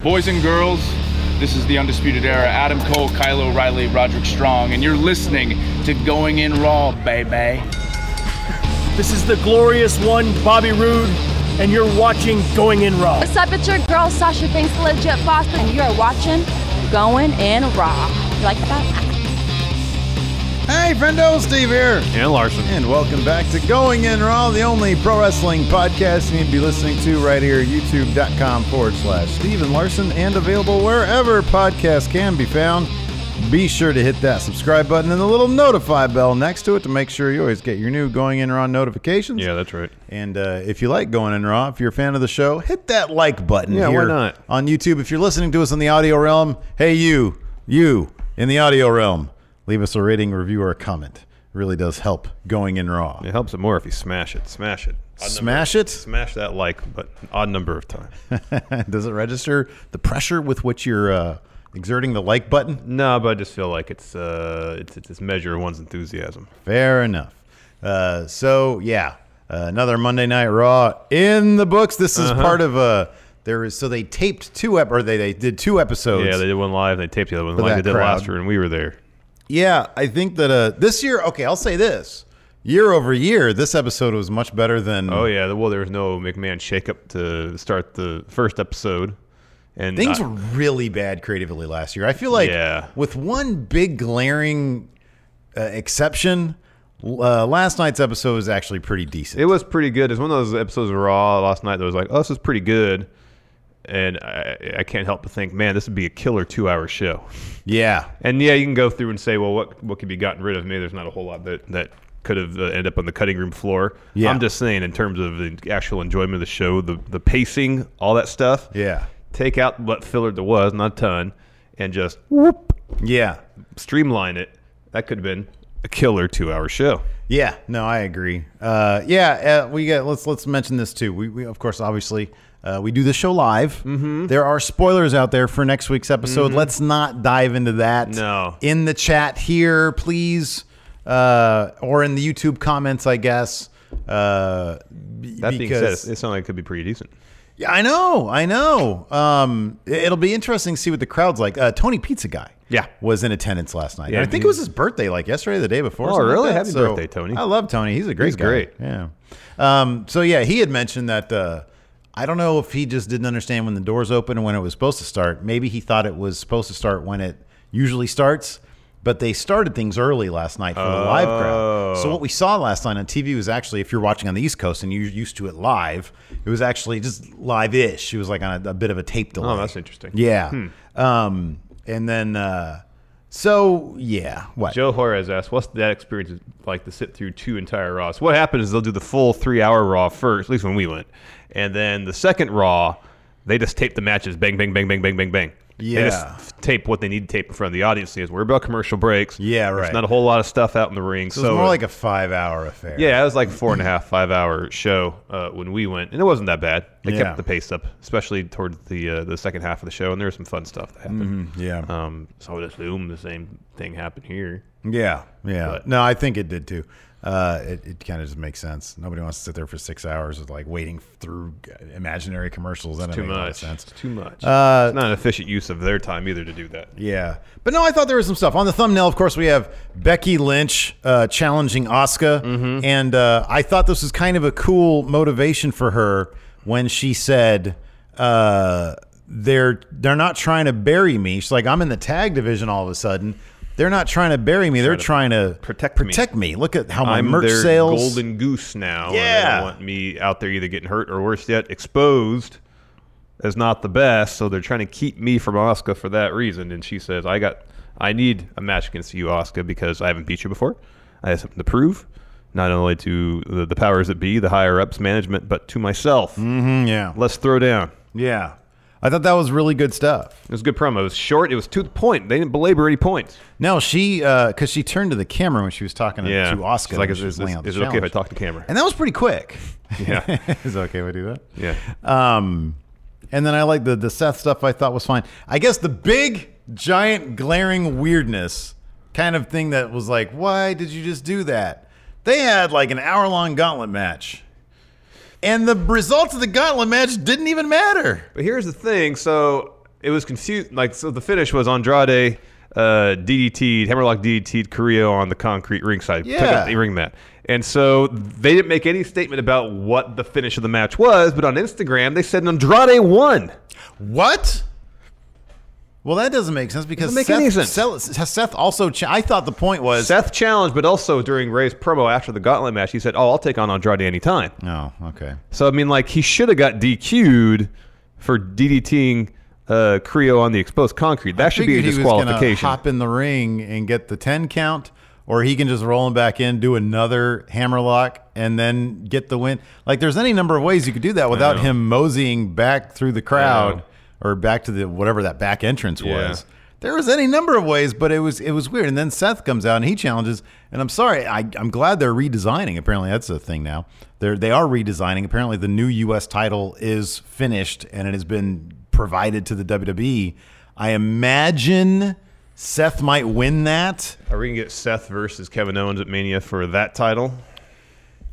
Boys and girls, this is the Undisputed Era. Adam Cole, Kylo Riley, Roderick Strong, and you're listening to Going In Raw, baby. This is the glorious one, Bobby Roode, and you're watching Going In Raw. What's up? It's your girl Sasha Thanks to Legit Boss, and you are watching Going in Raw. You like that? Hey, friendo, Steve here. And Larson. And welcome back to Going In Raw, the only pro wrestling podcast you need to be listening to right here, youtube.com forward slash Steven Larson, and available wherever podcasts can be found. Be sure to hit that subscribe button and the little notify bell next to it to make sure you always get your new Going In Raw notifications. Yeah, that's right. And uh, if you like Going In Raw, if you're a fan of the show, hit that like button Yeah, why here not? on YouTube. If you're listening to us in the audio realm, hey, you, you in the audio realm, leave us a rating, review, or a comment. really does help going in raw. It helps it more if you smash it. Smash it. Odd number- Smash it? Smash that like, but an odd number of times. does it register the pressure with which you're uh, exerting the like button? no, but I just feel like it's uh, it's it's this measure of one's enthusiasm. Fair enough. Uh, so yeah, uh, another Monday Night Raw in the books. This is Uh-huh. part of a there is so they taped two ep- or they, they did two episodes. yeah, they did one live. They taped the other one For like that they did last crowd. Hmm. year, and we were there. Yeah, I think that uh, this year. Okay, I'll say this: year over year, this episode was much better than. Oh yeah. Well, there was no McMahon shakeup to start the first episode, and Things I- were really bad creatively last year. I feel like Yeah. with one big glaring uh, exception, l- uh, last night's episode was actually pretty decent. It was pretty good. It's one of those episodes of Raw last night that was like, oh, this is pretty good. And I, I can't help but think, man, this would be a killer two hour show. yeah, And yeah, you can go through and say, well, what what could be gotten rid of? Maybe there's not a whole lot that that could have uh, ended up on the cutting room floor. Yeah. I'm just saying, in terms of the actual enjoyment of the show, the the pacing, all that stuff. yeah, Take out what filler there was, not a ton, and just whoop yeah, streamline it. That could have been a killer two hour show. yeah. No, I agree. Uh, yeah, uh, we got. Let's let's mention this too. We, we of course, obviously. Uh, we do the show live. Mm-hmm. There are spoilers out there for next week's episode. Let's not dive into that. Mm-hmm. No. in the chat here, please, uh, or in the YouTube comments, I guess. Uh, b- That being said, it sounded like it could be pretty decent. yeah, I know, I know. Um, it- it'll be interesting to see what the crowd's like. Uh, Tony Pizza Guy, Yeah. was in attendance last night. Yeah, and I think it was his birthday, like yesterday, or the day before. Oh, something like really? that. Happy birthday, Tony. I love Tony. He's a great He's guy. great. Yeah. Um, so yeah, he had mentioned that. Uh, I don't know if he just didn't understand when the doors open and when it was supposed to start. Maybe he thought it was supposed to start when it usually starts. But they started things early last night for the live crowd. So what we saw last night on TV was actually, if you're watching on the East Coast and you're used to it live, it was actually just live-ish. It was like on a, a bit of a tape delay. Oh, that's interesting. Hmm. Yeah. Um, and then, uh, so yeah, what? Joe Juarez asked, "What's that experience like to sit through two entire Raws?" What happens is they'll do the full three-hour Raw first, at least when we went, and then the second Raw, they just tape the matches, bang, bang, bang, bang, bang, bang, bang. They just Yeah. f- tape what they need to tape in front of the audience. Is we're about commercial breaks. Yeah, right. There's not a whole lot of stuff out in the ring, so so, it's more uh, like a five-hour affair. yeah, it was like a four and a half, five-hour show uh, when we went, and it wasn't that bad. They Yeah. kept the pace up, especially towards the uh, the second half of the show, and there was some fun stuff that happened. Yeah. Um, so I would assume the same thing happened here. Yeah, yeah. But- no, I think it did too. Uh, it it kind of just makes sense. Nobody wants to sit there for six hours of like waiting through imaginary commercials. That too doesn't make a lot of much. sense. It's too much. Uh, it's not an efficient use of their time either to do that. Yeah, but no, I thought there was some stuff on the thumbnail. Of course, we have Becky Lynch uh, challenging Asuka, Mm-hmm. and uh, I thought this was kind of a cool motivation for her when she said uh, they're they're not trying to bury me. She's like, I'm in the tag division all of a sudden. They're not trying to bury me. They're trying to protect me. protect me. Look at how my I'm merch their sales. golden goose now. and they Yeah. don't want me out there either getting hurt or worse yet, exposed as not the best. So they're trying to keep me from Oscar for that reason. And she says, I got, I need a match against you, Oscar, because I haven't beat you before. I have something to prove. Not only to the, the powers that be, the higher ups, management, but to myself. Mm, yeah, Let's throw down. Yeah. I thought that was really good stuff. It was a good promo. It was short. It was to the point. They didn't belabor any points. No, she because she turned to the camera when she was talking to- Yeah. uh, to Oscar. She's like, when is- she was is- laying out the is it okay if I challenge. talk to camera? And that was pretty quick. Yeah. is it okay if I do that? Yeah. Um, and then I like the the Seth stuff. I thought was fine. I guess the big, giant, glaring weirdness kind of thing that was like, why did you just do that? They had like an hour long gauntlet match, and the results of the gauntlet match didn't even matter. But here's the thing. So it was confused. Like, so the finish was Andrade uh, DDT'd, Hammerlock DDT'd Carrillo on the concrete ringside. Took Yeah. up the ring mat. And so they didn't make any statement about what the finish of the match was, but on Instagram they said Andrade won. What? Well, that doesn't make sense because Doesn't make Seth, any sense. Seth- Seth also. Ch- I thought the point was Seth challenged, but also during Ray's promo after the gauntlet match, he said, Oh, I'll take on Andrade anytime. No, Oh, okay. So, I mean, like, he should have got DQ'd for DDTing uh, Creo on the exposed concrete. That should be a Figured he was gonna disqualification. hop in the ring and get the ten count, or he can just roll him back in, do another hammerlock, and then get the win. Like there's any number of ways you could do that without know. him moseying back through the know. crowd or back to the whatever that back entrance Yeah. was. There was any number of ways, but it was it was weird. And then Seth comes out and he challenges. And I'm sorry, I, I'm glad they're redesigning. Apparently, that's a thing now. They're they are redesigning. Apparently, the new U.S. title is finished and it has been provided to the WWE. I imagine Seth might win that. Are we going to get Seth versus Kevin Owens at Mania for that title?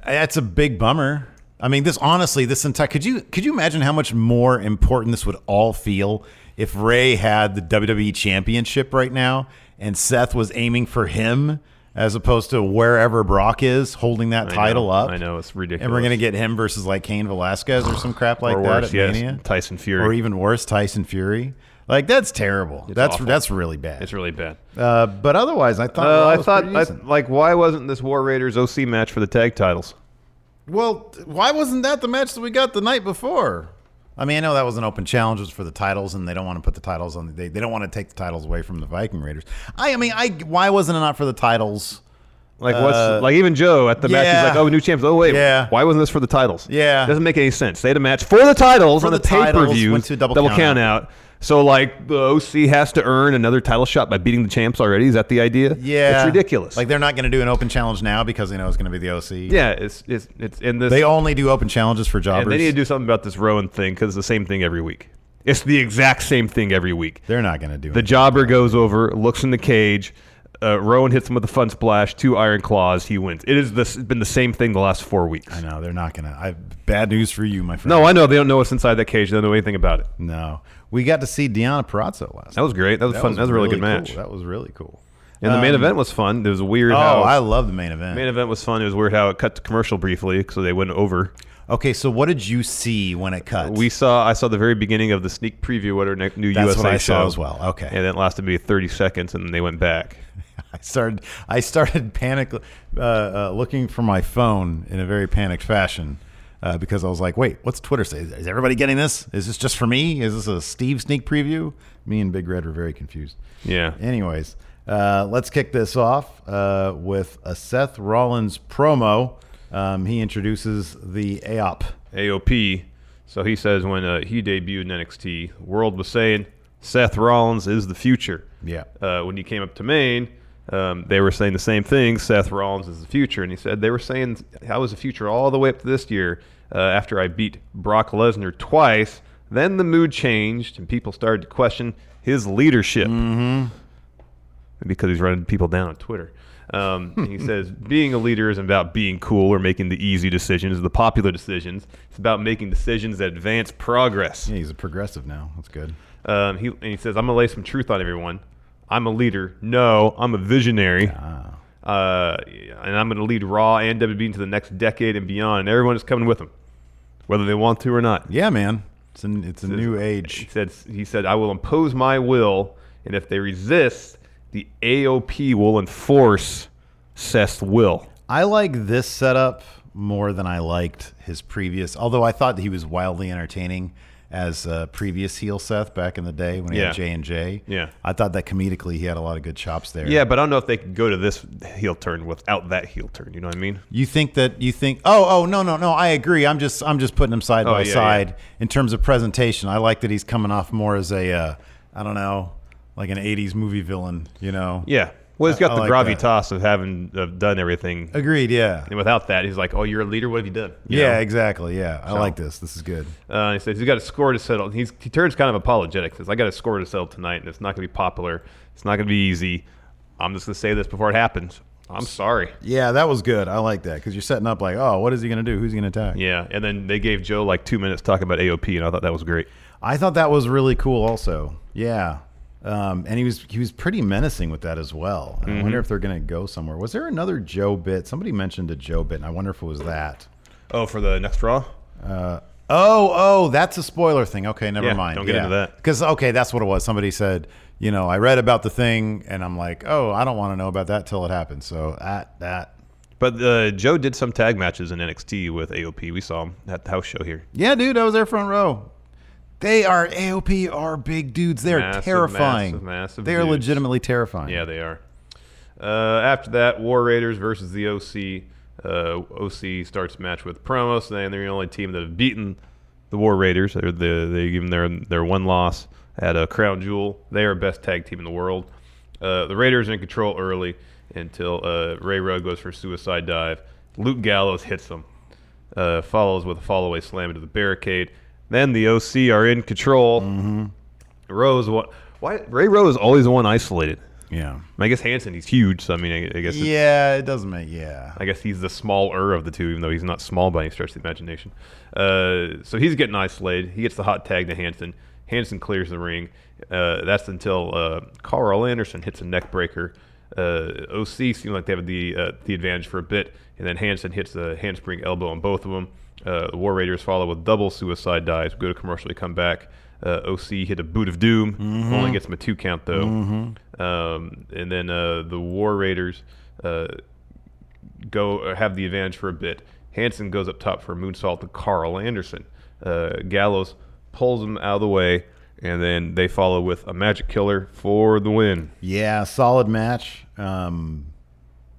That's a big bummer. I mean, this honestly, this entire could you could you imagine how much more important this would all feel if Ray had the WWE Championship right now and Seth was aiming for him as opposed to wherever Brock is holding that know. title up. I know, it's And we're ridiculous. gonna get him versus like Cain Velasquez or some crap like Or that worse, at yes, Mania. Tyson Fury. or even worse, Tyson Fury. Like that's terrible. that's awful. that's really bad. It's really bad. uh, but otherwise, I thought Raw Uh, I was thought, pretty I, decent. like, why wasn't this War Raiders OC match for the tag titles? Well, why wasn't that the match that we got the night before? I mean, I know that was an open challenge it was for the titles, and they don't want to put the titles on. They, they don't want to take the titles away from the Viking Raiders. I, I mean, I why wasn't it not for the titles? Like, what's Uh, like? Even Joe at the match, yeah. he's like, "Oh, new champs! Oh, wait, Yeah. why wasn't this for the titles? Yeah. doesn't make any sense. They had a match for the titles For on the the, pay titles, per view, went to a double count count out. So, like, the OC has to earn another title shot by beating the champs already. Is that the idea? Yeah, it's ridiculous. Like they're not going to do an open challenge now because they know it's going to be the OC. yeah, it's it's it's in this. they only do open challenges for jobbers. and they need to do something about this Rowan thing because it's the same thing every week. It's the exact same thing every week. they're not going to do The it. jobber goes over, looks in the cage. Uh, Rowan hits him with a fun splash, two iron claws. He wins. It is this. It's been the same thing the last four weeks. I know they're not going to. I bad news for you, my friend. No, I know they don't know what's inside that cage. They don't know anything about it. no. We got to see Deanna Perazzo last. That was great. That was fun. that was a really, good match. That was really cool. um, and the main event was fun. It was weird. Oh, how, I love the main event. main event was fun. It was weird how it cut to commercial briefly, so they went over. Okay, so what did you see when it cut? We saw. I saw the very beginning of the sneak preview of our next new That's USA what I show saw as well. Okay. and it lasted maybe thirty seconds, and then they went back. I started I started panic uh, uh, looking for my phone in a very panicked fashion uh, because I was like, wait, what's Twitter say? Is everybody getting this? Is this just for me? Is this a Steve sneak preview? Me and Big Red were very confused. Yeah. Anyways, uh, let's kick this off uh, with a Seth Rollins promo. Um, he introduces the AOP. AOP. So he says when uh, he debuted in NXT, world was saying Seth Rollins is the future. Yeah. Uh, when he came up to Maine, um, they were saying the same thing. Seth Rollins is the future, and he said they were saying I was the future all the way up to this year. Uh, after I beat Brock Lesnar twice, then the mood changed and people started to question his leadership because he's running people down on Twitter. Um, and he says, being a leader isn't about being cool or making the easy decisions, the popular decisions. It's about making decisions that advance progress. Yeah, he's a progressive now. That's good. Um, he, and he says, I'm going to lay some truth on everyone. I'm a leader. No, I'm a visionary. Uh, and I'm going to lead Raw and WWE into the next decade and beyond. And everyone is coming with him, whether they want to or not. Yeah, man. It's an, it's a new age. He said, he said, I will impose my will, and if they resist, the AOP will enforce Seth's will. I like this setup more than I liked his previous, although I thought that he was wildly entertaining as uh, previous heel Seth back in the day when he Yeah. had J and J. Yeah. I thought that comedically he had a lot of good chops there. Yeah, but I don't know if they could go to this heel turn without that heel turn. You know what I mean? You think that you think oh oh no no no I agree I'm just I'm just putting them side Oh, by yeah, side yeah. in terms of presentation I like that he's coming off more as a uh, I don't know like an 80s movie villain you know Yeah. Well, he's I- got I the like that. gravitas of having of done everything. agreed yeah And without that, he's like, "Oh, you're a leader. What have you done?" You yeah know? exactly yeah I like this this is good Uh, he says he's got a score to settle. He's, he turns kind of apologetic. Says, "I got a score to settle tonight, and it's not going to be popular. It's not going to be easy. I'm just going to say this before it happens. I'm sorry." yeah that was good I like that because you're setting up like oh what is he gonna do who's he gonna attack Yeah, and then they gave Joe like two minutes talking about AOP, and I thought that was great. I thought that was really cool also yeah um, and he was he was pretty menacing with that as well Mm-hmm. And I wonder if they're gonna go somewhere was there another Joe bit somebody mentioned a Joe bit and I wonder if it was that. Oh, for the next Raw, Oh, oh, that's a spoiler thing. Okay, never Yeah, mind. don't get into that. Because okay, that's what it was. Somebody said, you know, I read about the thing, and I'm like, oh, I don't want to know about that till it happens. So that that, but uh, Joe did some tag matches in NXT with AOP. We saw him at the house show here. yeah, dude, I was there front row. They are AOP are big dudes. They're Massive, terrifying. massive, massive they are dudes. legitimately terrifying. Yeah, they are. Uh, after that, War Raiders versus the OC. Uh, OC starts the match with promos, saying they're the only team that have beaten the War Raiders. They're the, they give them their, their one loss at a Crown Jewel. They are best tag team in the world. Uh, the Raiders are in control early until uh, Ray Rowe goes for a suicide dive. Luke Gallows hits him, uh, follows with a fall away slam into the barricade. Then the OC are in control. Mm-hmm. Rose, what? Why Ray Rowe is always the one isolated. yeah, I guess Hanson, he's huge. So I mean, I, I guess it's- yeah. It doesn't make yeah. I guess he's the smaller of the two, even though he's not small by any stretch of the imagination. Uh, so he's getting isolated. He gets the hot tag to Hanson. Hanson clears the ring. Uh, that's until uh, Carl Anderson hits a neck breaker. Uh, OC seemed like they have the uh, the advantage for a bit, and then Hanson hits a handspring elbow on both of them. Uh, the War Raiders follow with double suicide dives. We go to commercial, they come back. Uh, OC hit a boot of doom. Only gets him a two count though. Um, and then uh, the War Raiders uh, go or have the advantage for a bit. Hanson goes up top for a moonsault to Carl Anderson. Uh, Gallows pulls him out of the way, and then they follow with a magic killer for the win. Yeah, solid match. Um,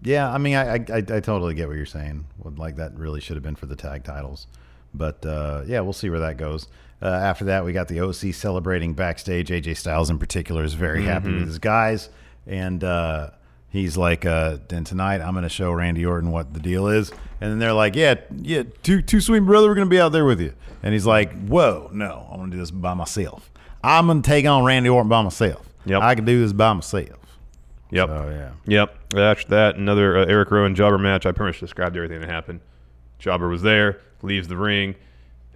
yeah, I mean, I, I I I totally get what you're saying. Would like that really should have been for the tag titles, but uh, yeah, we'll see where that goes. Uh, after that, we got the OC celebrating backstage. AJ Styles in particular is very happy Mm-hmm. with his guys, and uh, he's like, uh, "Then tonight, I'm going to show Randy Orton what the deal is." And then they're like, "Yeah, yeah, two two sweet brother, we're going to be out there with you." And he's like, "Whoa, no, I'm going to do this by myself. I'm going to take on Randy Orton by myself. Yep. I can do this by myself." Yep. Oh, yeah. Yep. After that, another uh, Eric Rowan Jobber match. I pretty much described everything that happened. Jobber was there, leaves the ring.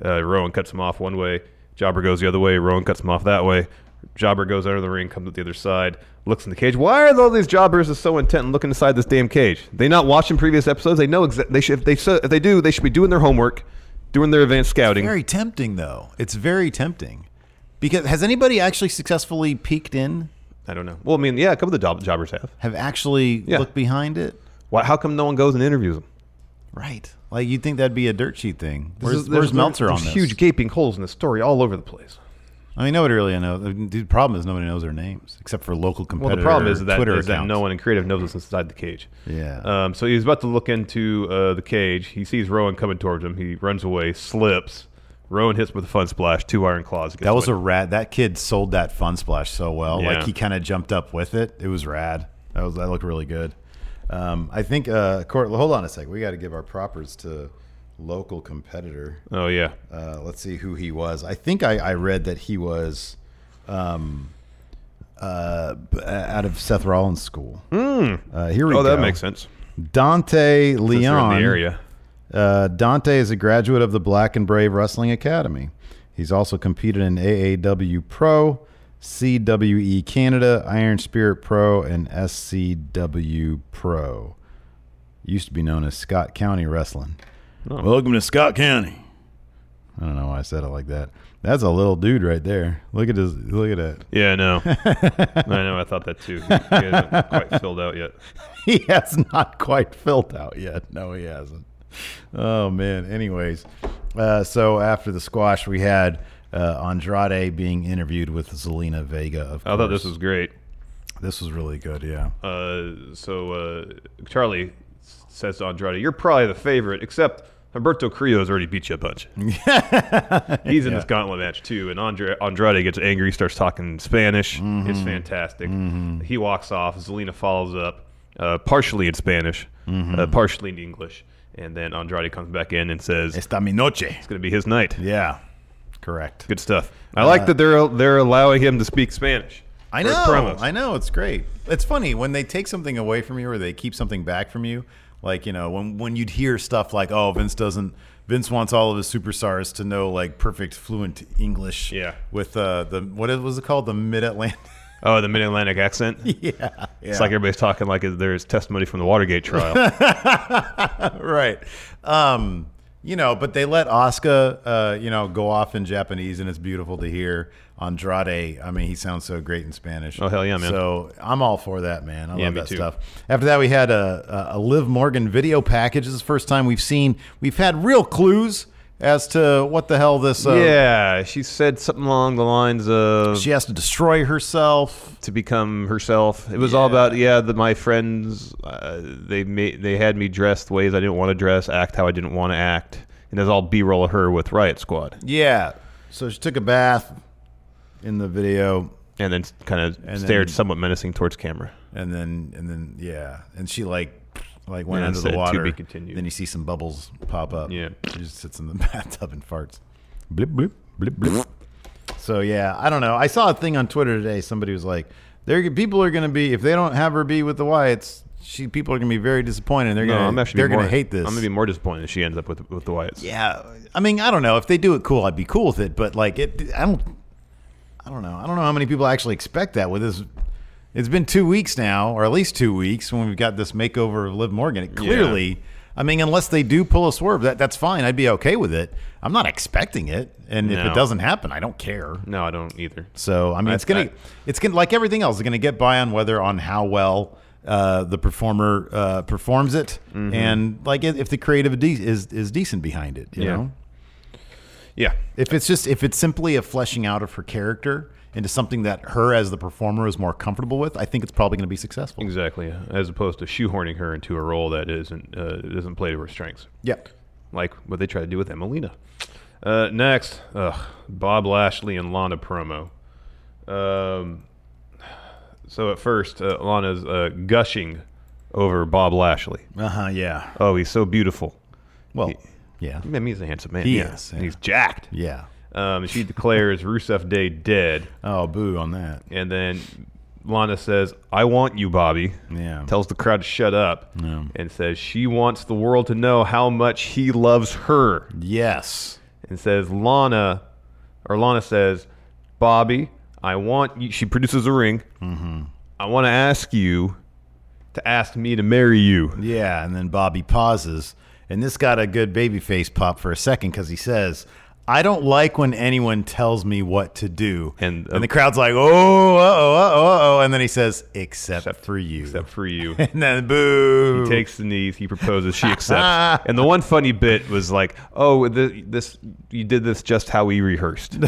Uh, Rowan cuts him off one way. Jobber goes the other way. Rowan cuts him off that way. Jobber goes under the ring, comes up the other side, looks in the cage. Why are all these jobbers so intent on looking inside this damn cage? They not watching previous episodes. They know exactly. They should. If they so, if they do, they should be doing their homework, doing their advanced scouting. Very tempting, though. It's very tempting. Because has anybody actually successfully peeked in? I don't know. Well, I mean, yeah, a couple of the job, jobbers have. Have actually Yeah. looked behind it? Why? How come no one goes and interviews them? Right. Like you'd think that'd be a dirt sheet thing. This Where's, is- where's there's- Meltzer there's on this? Huge gaping holes in the story all over the place. I mean, nobody really knows. The problem is nobody knows their names except for local Well, competitors. the problem is that, Twitter is that accounts. no one in creative knows what's inside the cage. Yeah. Um, so he's about to look into uh, the cage. He sees Rowan coming towards him. He runs away, slips. Rowan hits him with a fun splash, two iron claws. That was a rad. That kid sold that fun splash so well. Yeah. Like he kind of jumped up with it. It was rad. That was that looked really good. Um, I think. Uh, Court, hold on a sec. We got to give our propers to local competitor. Oh yeah. uh, let's see who he was. I think I, I read that he was um, uh, b- out of Seth Rollins' school. Uh, here we Oh, go. that makes sense. Dante Since they're Leon. in the area. Uh, Dante is a graduate of the Black and Brave Wrestling Academy. He's also competed in AAW Pro, CWE Canada, Iron Spirit Pro, and SCW Pro. Used to be known as Scott County Wrestling. Oh. Welcome to Scott County. I don't know why I said it like that. That's a little dude right there. Look at his. Look at that. Yeah, I know. I know. I thought that too. He hasn't quite filled out yet. he has not quite filled out yet. No, he hasn't. Oh man. Anyways, uh, so after the squash, we had uh, Andrade being interviewed with Zelina Vega. Of I thought this course. was great. this was really good. Yeah, Uh, so uh, Charlie s- says to Andrade, "You're probably the favorite, except Humberto Crio's already beat you a bunch. He's in this gauntlet match too." And Andre, Andrade gets angry, starts talking Spanish. Mm-hmm. It's fantastic. He walks off. Zelina follows up, uh, partially in Spanish, Mm-hmm. uh, partially in English, and then Andrade comes back in and says, "It's esta mi noche. going to be his night." Yeah, correct. Good stuff. I like that they're they're allowing him to speak Spanish. I for his know. promos. I know. It's great. It's funny when they take something away from you or they keep something back from you. Like, you know, when, when you'd hear stuff like, oh, Vince doesn't, Vince wants all of his superstars to know like perfect fluent English. Yeah. With uh, the, what was it called? The Mid Atlantic. Oh, the Mid Atlantic accent. yeah. It's like everybody's talking like there's testimony from the Watergate trial. right. Um, you know, but they let Oscar, uh, you know, go off in Japanese, and it's beautiful to hear. Andrade, I mean, he sounds so great in Spanish. Oh, hell yeah, man. So I'm all for that, man. I Yeah, love me that too. stuff. After that, we had a, a, a Liv Morgan video package. This is the first time we've seen, we've had real clues as to what the hell this. Uh, yeah, she said something along the lines of She has to destroy herself. to become herself. It was all about yeah, the, my friends uh, they made they had me dressed ways I didn't want to dress, act how I didn't want to act, and that's all B-roll of her with Riot Squad, Yeah. So she took a bath in the video. and then kind of And stared then- somewhat menacing towards camera. and then and then yeah, and she like like went Yeah, under said, the "To water. be continued. Then you see some bubbles pop up. Yeah. she just sits in the bathtub and farts. Blip blip blip blip. So yeah, I don't know. I saw a thing on Twitter today. Somebody was like, "There people are going to be if they don't have her be with the Wyatts, she people are going to be very disappointed. They're No, going I'm to actually they're going more- to hate this. I'm gonna be more disappointed if she ends up with with the Wyatts. yeah, I mean, I don't know if they do it cool, I'd be cool with it. But like, it, I don't, I don't know. I don't know how many people actually expect that with this. It's been two weeks now, or at least two weeks, when we've got this makeover of Liv Morgan. It clearly, I mean, unless they do pull a swerve, that that's fine. I'd be okay with it. I'm not expecting it, and if No. it doesn't happen, I don't care. No, I don't either. So I mean, it's gonna, I- it's gonna like everything else. It's gonna get by on whether on how well uh, the performer uh, performs it, Mm-hmm. and like if if the creative de- is is decent behind it. You Yeah. know, Yeah, if it's just if it's simply a fleshing out of her character into something that her as the performer is more comfortable with, I think it's probably gonna be successful. exactly. As opposed to shoehorning her into a role that isn't uh, doesn't play to her strengths. Yeah. like what they try to do with Emelina. Uh, next, ugh, Bob Lashley and Lana promo. Um, so at first, uh, Lana's uh, gushing over Bob Lashley. Uh huh. Yeah. Oh, he's so beautiful. Well. He- Yeah. I mean, he's a handsome man. He yeah. is, And yeah. He's jacked. Yeah. Um, she declares Rusev Day dead, Oh, boo on that. and then Lana says, "I want you, Bobby." Yeah. Tells the crowd to shut up, and says she wants the world to know how much he loves her. Yes. and says Lana, or Lana says, Bobby, I want you. She produces a ring. Mm-hmm. I want to ask you to ask me to marry you. Yeah, and then Bobby pauses, and this got a good babyface pop for a second because he says, "I don't like when anyone tells me what to do." And, uh, and the crowd's like, "Oh, uh oh, uh oh, uh oh," and then he says, "Except, for you." Except for you. and then boo. He takes the knees. He proposes. She accepts. and the one funny bit was like, "Oh, th this you did this just how we rehearsed."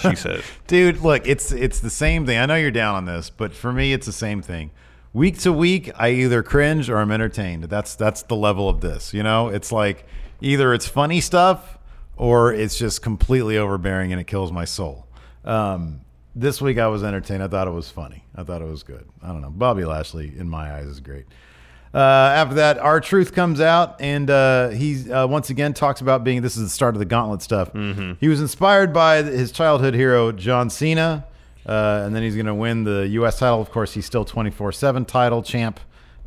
She says, Dude, look, it's it's the same thing. I know you're down on this, but for me, it's the same thing. Week to week, I either cringe or I'm entertained. That's that's the level of this. You know, it's like either it's funny stuff or it's just completely overbearing and it kills my soul. Um, this week, I was entertained. I thought it was funny. I thought it was good. I don't know. Bobby Lashley, in my eyes, is great. Uh, after that, our truth comes out, and uh, he uh, once again talks about being. This is the start of the gauntlet stuff. He was inspired by his childhood hero John Cena, uh, and then he's going to win the U.S. title. Of course, he's still twenty four seven title champ,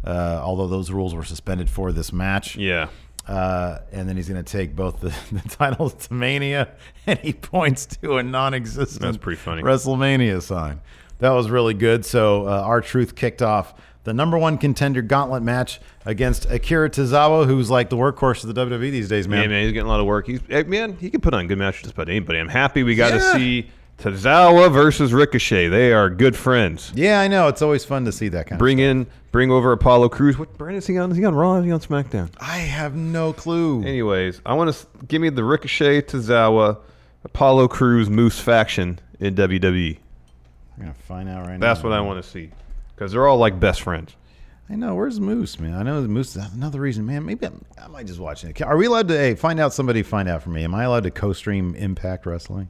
uh, although those rules were suspended for this match. "Yeah." Uh, and then he's going to take both the, the titles to Mania, and he points to a non-existent That's pretty funny. WrestleMania sign. That was really good. So uh, our truth kicked off the number one contender gauntlet match against Akira Tozawa, who's like the workhorse of the WWE these days, man. Yeah, man, he's getting a lot of work. He's eh, man, he can put on good matches just about anybody. I'm happy we got to see Tazawa versus Ricochet. They are good friends. Yeah, I know. It's always fun to see that kind. Bring in, bring over Apollo Cruz. What brand is he on? Is he on Raw? Is he on SmackDown? of I have no clue. Anyways, I want to give me the Ricochet Tozawa Apollo Crews Moose faction in WWE. I'm gonna find out right now. That's what I want to see because they're all like best friends. I know. Where's Moose, man? I know the Moose. That's another reason, man. Maybe I'm, I might just watch it. Are we allowed to? Hey, find out. Somebody find out for me. Am I allowed to co-stream Impact Wrestling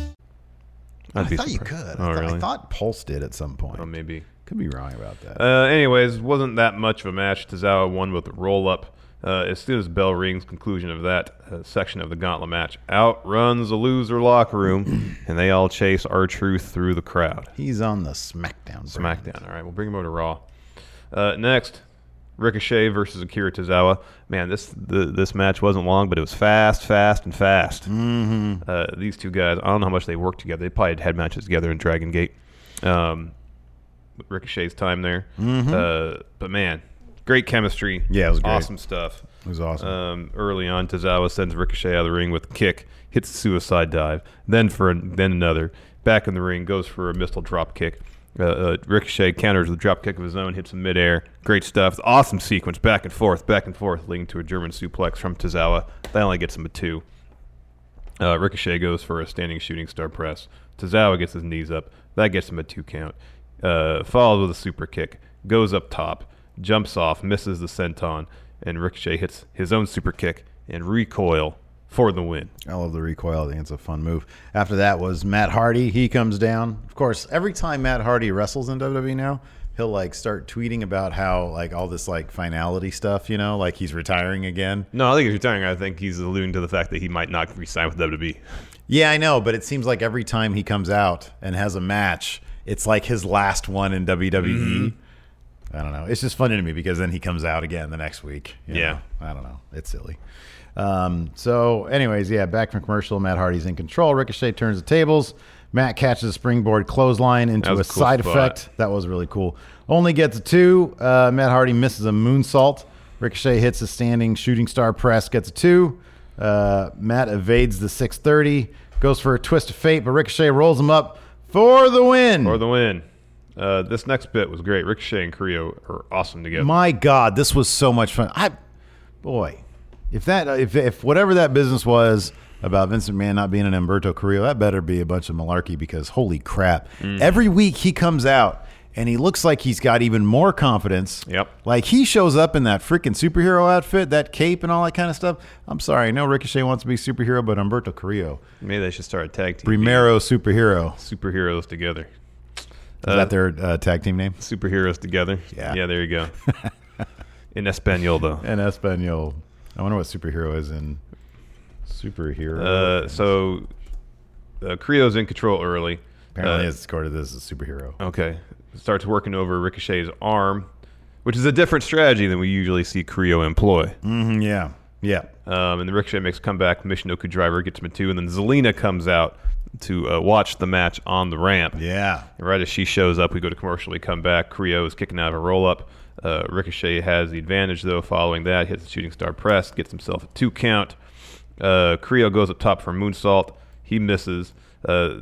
I'd I be thought you surprised. could. I, Oh, thought, I really? thought Pulse did at some point. Oh, maybe. Could be wrong about that. Uh, anyways, wasn't that much of a match. Tozawa won with a roll up. Uh, as soon as bell rings, conclusion of that uh, section of the gauntlet match, out runs the loser locker room, and they all chase our truth through the crowd. He's on the SmackDown. brand. SmackDown. All right, we'll bring him over to Raw. Uh, next, Ricochet versus Akira Tozawa. Man, this the, this match wasn't long, but it was fast, fast, and fast. Mm-hmm. Uh, these two guys, I don't know how much they worked together. They probably had had matches together in Dragon Gate. Um, with Ricochet's time there, uh, but man, great chemistry. Mm-hmm. Yeah, it was great. awesome stuff. It was awesome. Um, early on, Tozawa sends Ricochet out of the ring with a kick, hits a suicide dive, then for then another. Back in the ring, goes for a missile drop kick. Uh, uh, Ricochet counters with a drop kick of his own, hits him midair. Great stuff. Awesome sequence, back and forth, back and forth, leading to a German suplex from Tozawa. That only gets him a two. Uh, Ricochet goes for a standing shooting star press. Tozawa gets his knees up. That gets him a two count. Uh, follows with a super kick. Goes up top. Jumps off. Misses the senton. And Ricochet hits his own super kick and recoil for the win. I love the recoil. I think it's a fun move. After that was Matt Hardy. He comes down. Of course, every time Matt Hardy wrestles in WWE now, he'll like start tweeting about how like all this like finality stuff, you know, like he's retiring again. No, I think he's retiring. I think he's alluding to the fact that he might not resign with WWE. Yeah, I know, but it seems like every time he comes out and has a match, it's like his last one in WWE. Mm-hmm. I don't know. It's just funny to me because then he comes out again the next week. you Yeah. know. I don't know. It's silly. Um, so, anyways, yeah, back from commercial. Matt Hardy's in control. Ricochet turns the tables. Matt catches a springboard clothesline into That a, was a cool side spot. effect. That was really cool. Only gets a two. Uh, Matt Hardy misses a moonsault. Ricochet hits a standing shooting star press, gets a two. Uh, Matt evades the 630, goes for a twist of fate, but Ricochet rolls him up for the win. For the win. Uh, this next bit was great. Ricochet and Creo are awesome together. My God, this was so much fun. I, boy, if that uh, if if whatever that business was about Vincent Mann not being an Umberto Carrillo, that better be a bunch of malarkey because holy crap! Every week he comes out and he looks like he's got even more confidence. Yep. Like he shows up in that freaking superhero outfit, that cape, and all that kind of stuff. I'm sorry, I know Ricochet wants to be superhero, but Umberto Carrillo, Maybe they should start a tag team. Primero superhero. Is Superheroes together. that their uh, tag team name? Superheroes together. Yeah. Yeah, there you go. In Espanol, though. In Espanol. I wonder what superhero is in superhero. Uh, so, uh, Creo's in control early. Apparently, uh, it's according to this, is superhero. Okay. Starts working over Ricochet's arm, which is a different strategy than we usually see Creo employ. Mhm, yeah. Yeah. Um, and the Ricochet makes a comeback. Michinoku driver gets him a two, and then Zelina comes out to uh, watch the match on the ramp. Yeah. And right as she shows up, we go to commercial. We come back. Creo is kicking out of a roll up. Uh, Ricochet has the advantage, though, following that. Hits the shooting star press, gets himself a two count. Uh, Creo goes up top for a moonsault. He misses. A uh,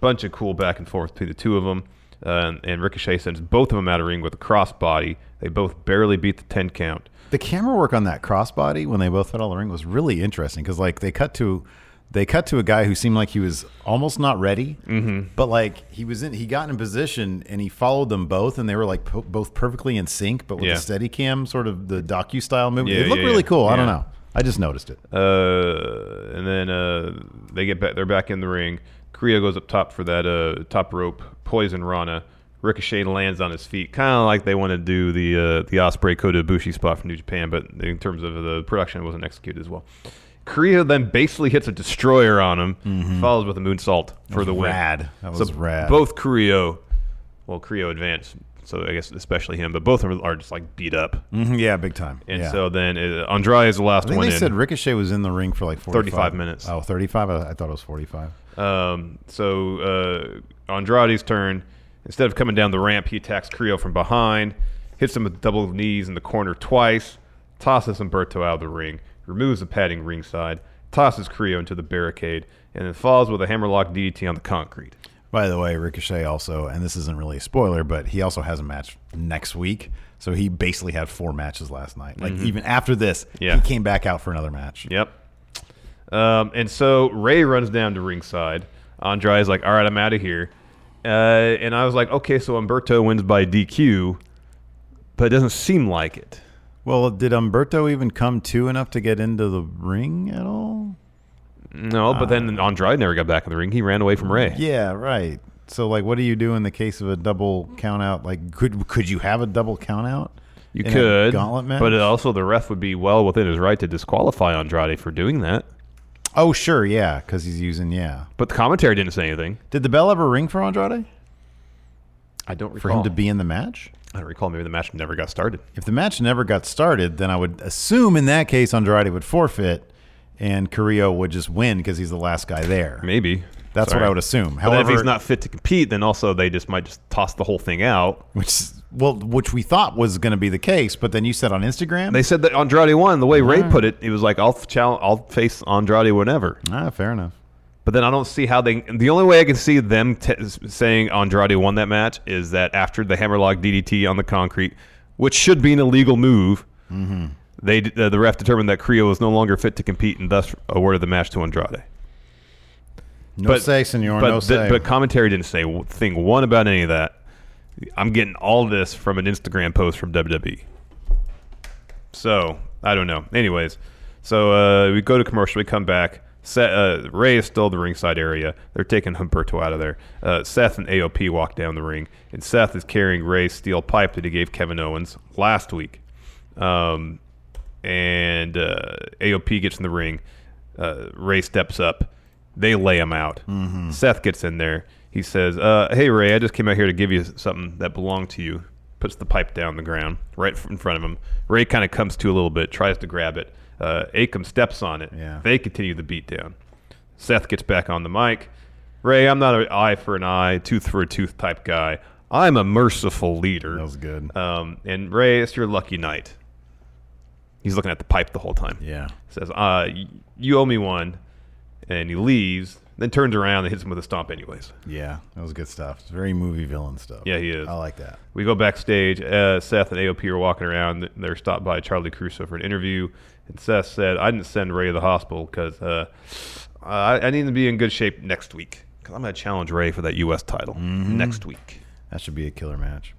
bunch of cool back and forth between the two of them. Uh, and, and Ricochet sends both of them out of the ring with a crossbody. They both barely beat the 10 count. The camera work on that crossbody when they both fell on the ring was really interesting because like they cut to they cut to a guy who seemed like he was almost not ready, mm-hmm. but like he was in he got in position and he followed them both and they were like po- both perfectly in sync, but with Yeah. the steady cam sort of the docu style movement, Yeah, it looked yeah, really yeah. cool. I don't Yeah. know, I just noticed it. Uh, and then uh, they get back. They're back in the ring. Korea goes up top for that uh, top rope poison Rana. Ricochet lands on his feet, kind of like they want to do the uh, the Osprey Kota Ibushi spot from New Japan, but in terms of the production, it wasn't executed as well. Korea then basically hits a destroyer on him, follows with a moonsault for the win. Mm-hmm. rad. That was so rad. Both Creo, well, Creo advanced, so I guess especially him, but both of them are just like beat up. Mhm, yeah, big time. And yeah. so then uh, Andrade is the last I think one they in. said Ricochet was in the ring for like 45. 35 minutes. Oh, 35? I, I thought it was 45. Um, so uh, Andrade's turn. Instead of coming down the ramp, he attacks Creo from behind, hits him with double knees in the corner twice, tosses Umberto out of the ring, removes the padding ringside, tosses Creo into the barricade, and then falls with a hammerlock DDT on the concrete. By the way, Ricochet also, and this isn't really a spoiler, but he also has a match next week. So he basically had four matches last night. Like even after this, Mm-hmm. Yeah. he came back out for another match. Yep. Um, and so Ray runs down to ringside. Andrade's like, all right, I'm out of here. Uh, and I was like, okay, so Umberto wins by DQ, but it doesn't seem like it. Well, did Umberto even come to enough to get into the ring at all? No, but then Andrade never got back in the ring. He ran away from Ray. Uh, Yeah, right. So like, what do you do in the case of a double count out? Like, could could you have a double count out? you in a could, gauntlet match. but it also the ref would be well within his right to disqualify Andrade for doing that. oh sure, yeah, because he's using yeah. But the commentary didn't say anything. Did the bell ever ring for Andrade I don't for recall him to be in the match? I don't recall. Maybe the match never got started. If the match never got started, then I would assume in that case Andrade would forfeit and Carrillo would just win because he's the last guy there. Maybe That's what Sorry. I would assume. But then if However, he's not fit to compete, then also they just might just toss the whole thing out. which well, which we thought was going to be the case, but then you said on Instagram, They said that Andrade won. The way Ray Mm. put it, he was like, "I'll challenge, I'll face Andrade whenever." ah, fair enough. But then I don't see how they. The only way I can see them t- saying Andrade won that match is that after the hammerlock DDT on the concrete, which should be an illegal move, they d- uh, the ref determined that Creo was no longer fit to compete and thus awarded the match to Andrade. No say, senor. But, no th- say. but commentary didn't say w- thing one about any of that. I'm getting all this from an Instagram post from WWE. So I don't know. Anyways, so uh, we go to commercial. We come back. Seth, uh, Ray is still in the ringside area. They're taking Humberto out of there. Uh, Seth and AOP walk down the ring, and Seth is carrying Ray's steel pipe that he gave Kevin Owens last week. Um, and uh, AOP gets in the ring. Uh, Ray steps up. They lay him out. Mm-hmm. Seth gets in there. He says, uh, "Hey Ray, I just came out here to give you something that belonged to you." Puts the pipe down on the ground right f- in front of him. Ray kind of comes to a little bit, tries to grab it. Uh, Akam steps on it. Yeah. They continue the beatdown. Seth gets back on the mic. Ray, I'm not an eye for an eye, tooth for a tooth type guy. I'm a merciful leader. that was good. Um, and Ray, it's your lucky night. He's looking at the pipe the whole time. yeah. Says, uh, y- you owe me one. And he leaves, then turns around and hits him with a stomp, anyways. Yeah, that was good stuff. It's very movie villain stuff. Yeah, he is. I like that. We go backstage. Uh, Seth and AOP are walking around. They're stopped by Charlie Crusoe for an interview. And Seth said, I didn't send Ray to the hospital because uh, Mm-hmm. I, I need to be in good shape next week because I'm going to challenge Ray for that U.S. title next week. That should be a killer match.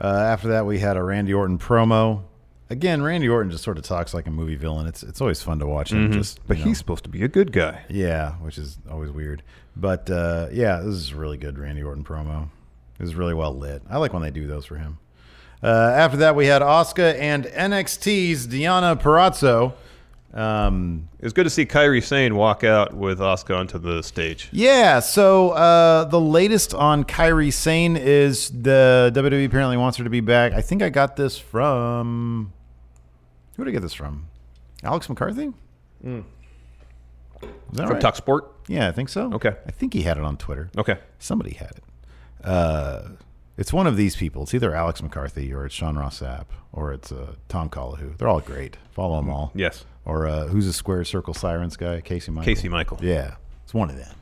Uh, after that, we had a Randy Orton promo. Again, Randy Orton just sort of talks like a movie villain. It's it's always fun to watch him. Just, Mm-hmm. But you know, he's supposed to be a good guy. yeah, which is always weird. But uh, yeah, this is a really good Randy Orton promo. It was really well lit. I like when they do those for him. Uh, after that, we had Oscar and NXT's Diana Perazzo. Um, It was good to see Kyrie Sane walk out with Oscar onto the stage. Yeah, so uh, the latest on Kyrie Sane is the WWE apparently wants her to be back. I think I got this from who did I get this from? Alex McCarthy? Is that Hmm. From right? Talk Sport. Yeah, I think so. Okay. I think he had it on Twitter. Okay. Somebody had it. Uh, it's one of these people. It's either Alex McCarthy or it's Sean Ross Sapp or it's uh, Tom Collahu. They're all great. Follow them all. Yes. Or uh, who's a Square Circle Sirens guy? Casey Michael. Casey Michael. Yeah, it's one of them.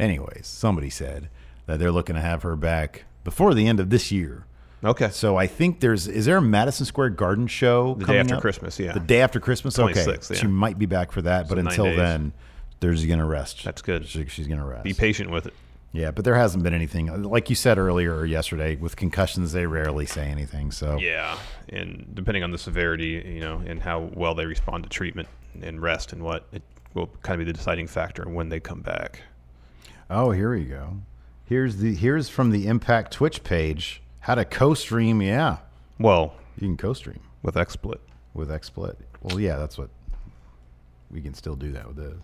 Anyways, somebody said that they're looking to have her back before the end of this year. Okay. So I think there's is there a Madison Square Garden show The day coming after up? Christmas, yeah. the day after Christmas. Okay, 26th, yeah. she might be back for that, but nine until days. then, there's gonna rest. That's good. She- she's gonna rest. Be patient with it. Yeah, but there hasn't been anything like you said earlier or yesterday with concussions. They rarely say anything. So Yeah, and depending on the severity, you know, and how well they respond to treatment and rest and what, it will kind of be the deciding factor when they come back. Oh, here we go. Here's the here's from the Impact Twitch page. How to co-stream? Yeah, Well, you can co-stream with XSplit. with XSplit. Well, yeah, that's what we can still do that with this.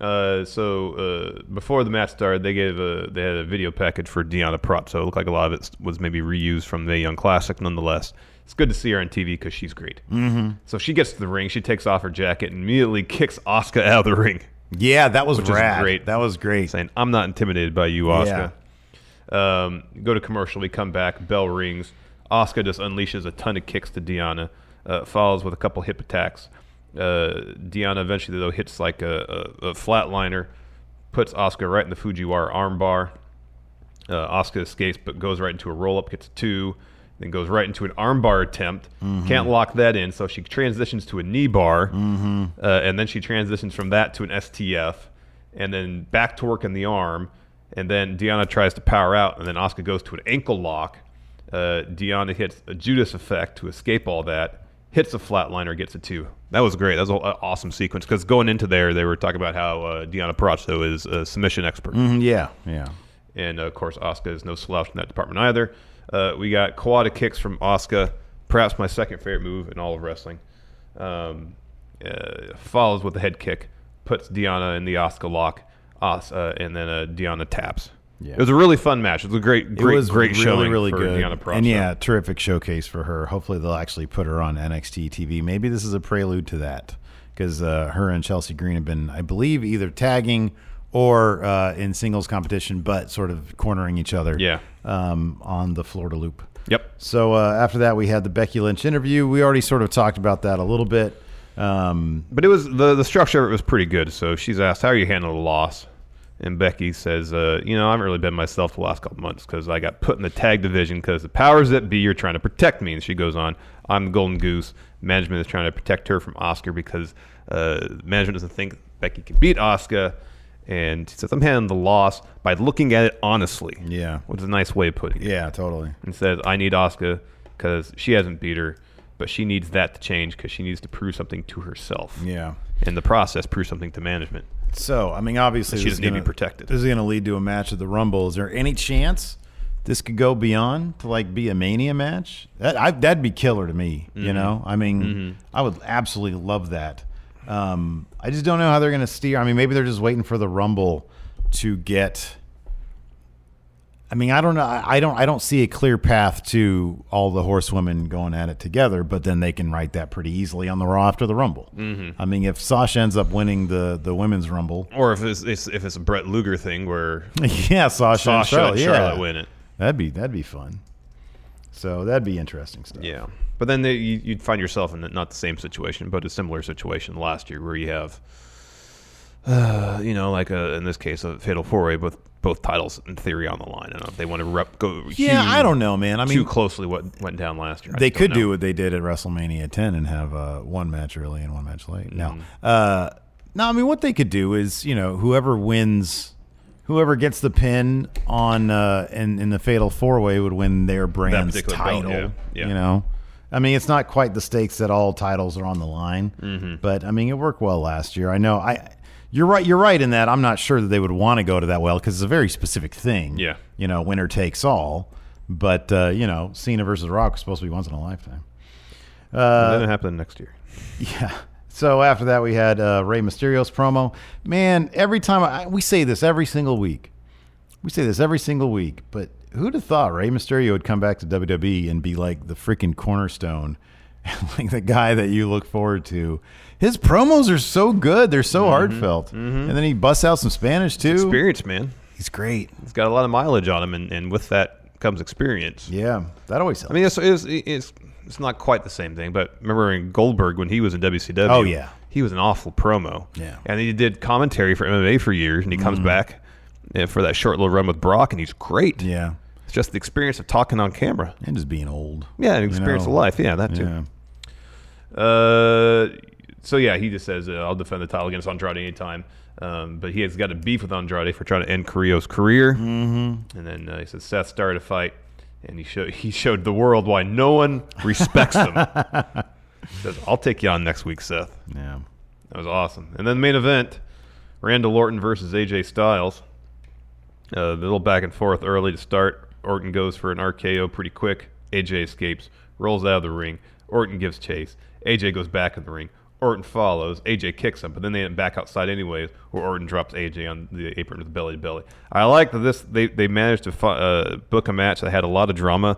Uh, so uh, before the match started, they gave a they had a video package for Deanna Prop. So it looked like a lot of it was maybe reused from the Young Classic. Nonetheless, it's good to see her on TV because she's great. Mm-hmm. So she gets to the ring, she takes off her jacket, and immediately kicks Oscar out of the ring, Yeah, that was Which is rad. great. That was great. saying, "I'm not intimidated by you, Oscar." Um, go to commercial. We come back. Bell rings. Oscar just unleashes a ton of kicks to Deanna. Uh, follows with a couple hip attacks. Uh, Deanna eventually though hits like a, a, a flatliner, puts Oscar right in the Fujiwara armbar. Uh, Oscar escapes but goes right into a roll up, gets a two, then goes right into an armbar attempt. Can't lock that in, so she transitions to a knee bar, uh, and then she transitions from that to an STF, and then back to work in the arm. And then Deanna tries to power out, and then Oscar goes to an ankle lock. Uh, Deanna hits a Judas effect to escape all that. Hits a flatliner, gets a two. That was great. That was an awesome sequence because going into there, they were talking about how uh, Deanna Parazzo is a submission expert Mm, yeah, yeah. and uh, of course Oscar is no slouch in that department either. Uh, we got quad kicks from Oscar, perhaps my second favorite move in all of wrestling. Um, uh, follows with a head kick, puts Deanna in the Oscar lock, Os- uh, and then uh, Deanna taps. Yeah. It was a really fun match. It was a great, great, it was great really, showing really for good. Deanna Peraza. and yeah, terrific showcase for her. Hopefully, they'll actually put her on NXT TV. Maybe this is a prelude to that because uh, her and Chelsea Green have been, I believe, either tagging or uh, in singles competition, but sort of cornering each other. Yeah. um, on the Florida Loop. Yep. So uh, after that, we had the Becky Lynch interview. We already sort of talked about that a little bit. Um, But it was the the structure of it was pretty good. So she's asked, "How are you handling the loss?" And Becky says, uh, "You know, I haven't really been myself the last couple months because I got put in the tag division because the powers that be are trying to protect me." And she goes on, "I'm the golden goose. Management is trying to protect her from Oscar because uh, management doesn't think Becky can beat Oscar." And she says, "I'm handling the loss by looking at it honestly." Yeah. which is a nice way of putting it yeah, totally. and says, "I need Oscar because she hasn't beat her, but she needs that to change because she needs to prove something to herself. Yeah. and the process prove something to management. So, I mean, obviously, She this doesn't need is to be gonna- protected. This is going to lead to a match at the Rumble. Is there any chance this could go beyond to like be a Mania match? That I, that'd be killer to me. Mm-hmm. You know, I mean, I would absolutely love that. Um, I just don't know how they're going to steer. I mean, maybe they're just waiting for the Rumble to get. I mean, I don't know. I I don't. I don't see a clear path to all the horsewomen going at it together. But then they can write that pretty easily on the Raw after the Rumble. Mm-hmm. I mean, if Sasha ends up winning the the women's Rumble, Or if it's, it's if it's a Brett Luger thing where yeah, Sasha, Sasha and Charlotte, and yeah. Charlotte win it. That'd be that'd be fun. So that'd be interesting stuff. Yeah, but then they, you, you'd find yourself in not the same situation, but a similar situation last year where you have, uh, you know, like a, in this case a fatal four way with both titles in theory on the line. I don't know if they want to rep go. Yeah, hew I don't know, man. I too mean, closely what went down last year. I they just don't could know. do what they did at WrestleMania 10 and have uh, one match early and one Mm-hmm. match late. No, uh, no. I mean, what they could do is you know whoever wins whoever gets the pin on uh, in in the fatal four way would win their brand's particular belt, title. yeah, yeah. You know, I mean, it's not quite the stakes that all titles are on the line, but I mean, it worked well last year. I know. I you're right. You're right in that. I'm not sure that they would want to go to that well because it's a very specific thing. Yeah. you know, winner takes all. But uh, you know, Cena versus Rock was supposed to be once in a lifetime. Uh, then it happened next year. Yeah. So after that, we had uh, Ray Mysterio's promo. Man, every time I, we say this every single week, we say this every single week. But who'd have thought Ray Mysterio would come back to WWE and be like the freaking cornerstone, like the guy that you look forward to? His promos are so good; they're so heartfelt. And then he busts out some Spanish too. Mm-hmm. Experience, man. He's great. He's got a lot of mileage on him, and, and with that comes experience. Yeah, that always helps. I mean, it's, it's it's it's not quite the same thing, but remember in Goldberg when he was in WCW? Oh, yeah. he was an awful promo. Yeah. Mm-hmm. and he did commentary for MMA for years, and he comes back uh, for that short little run with Brock, and he's great. yeah, it's just the experience of talking on camera. and just being old. Yeah, and you experience know? of life. Yeah, that too. Yeah. Uh, so yeah, he just says, uh, "I'll defend the title against Andrade anytime." Um, but he has got a beef with Andrade for trying to end Carrillo's career. Mm-hmm. And then uh, he says Seth started a fight, and he showed he showed the world why no one respects him. He says, "I'll take you on next week, Seth." Yeah. That was awesome. And then the main event, Randall Orton versus AJ Styles. Uh, a little back and forth early to start. Orton goes for an RKO pretty quick. AJ escapes, rolls out of the ring. Orton gives chase. AJ goes back in the ring. Orton follows. AJ kicks him, but then they end up back outside anyways, where Orton drops AJ on the apron with belly to belly. I like that this they, they managed to fi- uh, book a match that had a lot of drama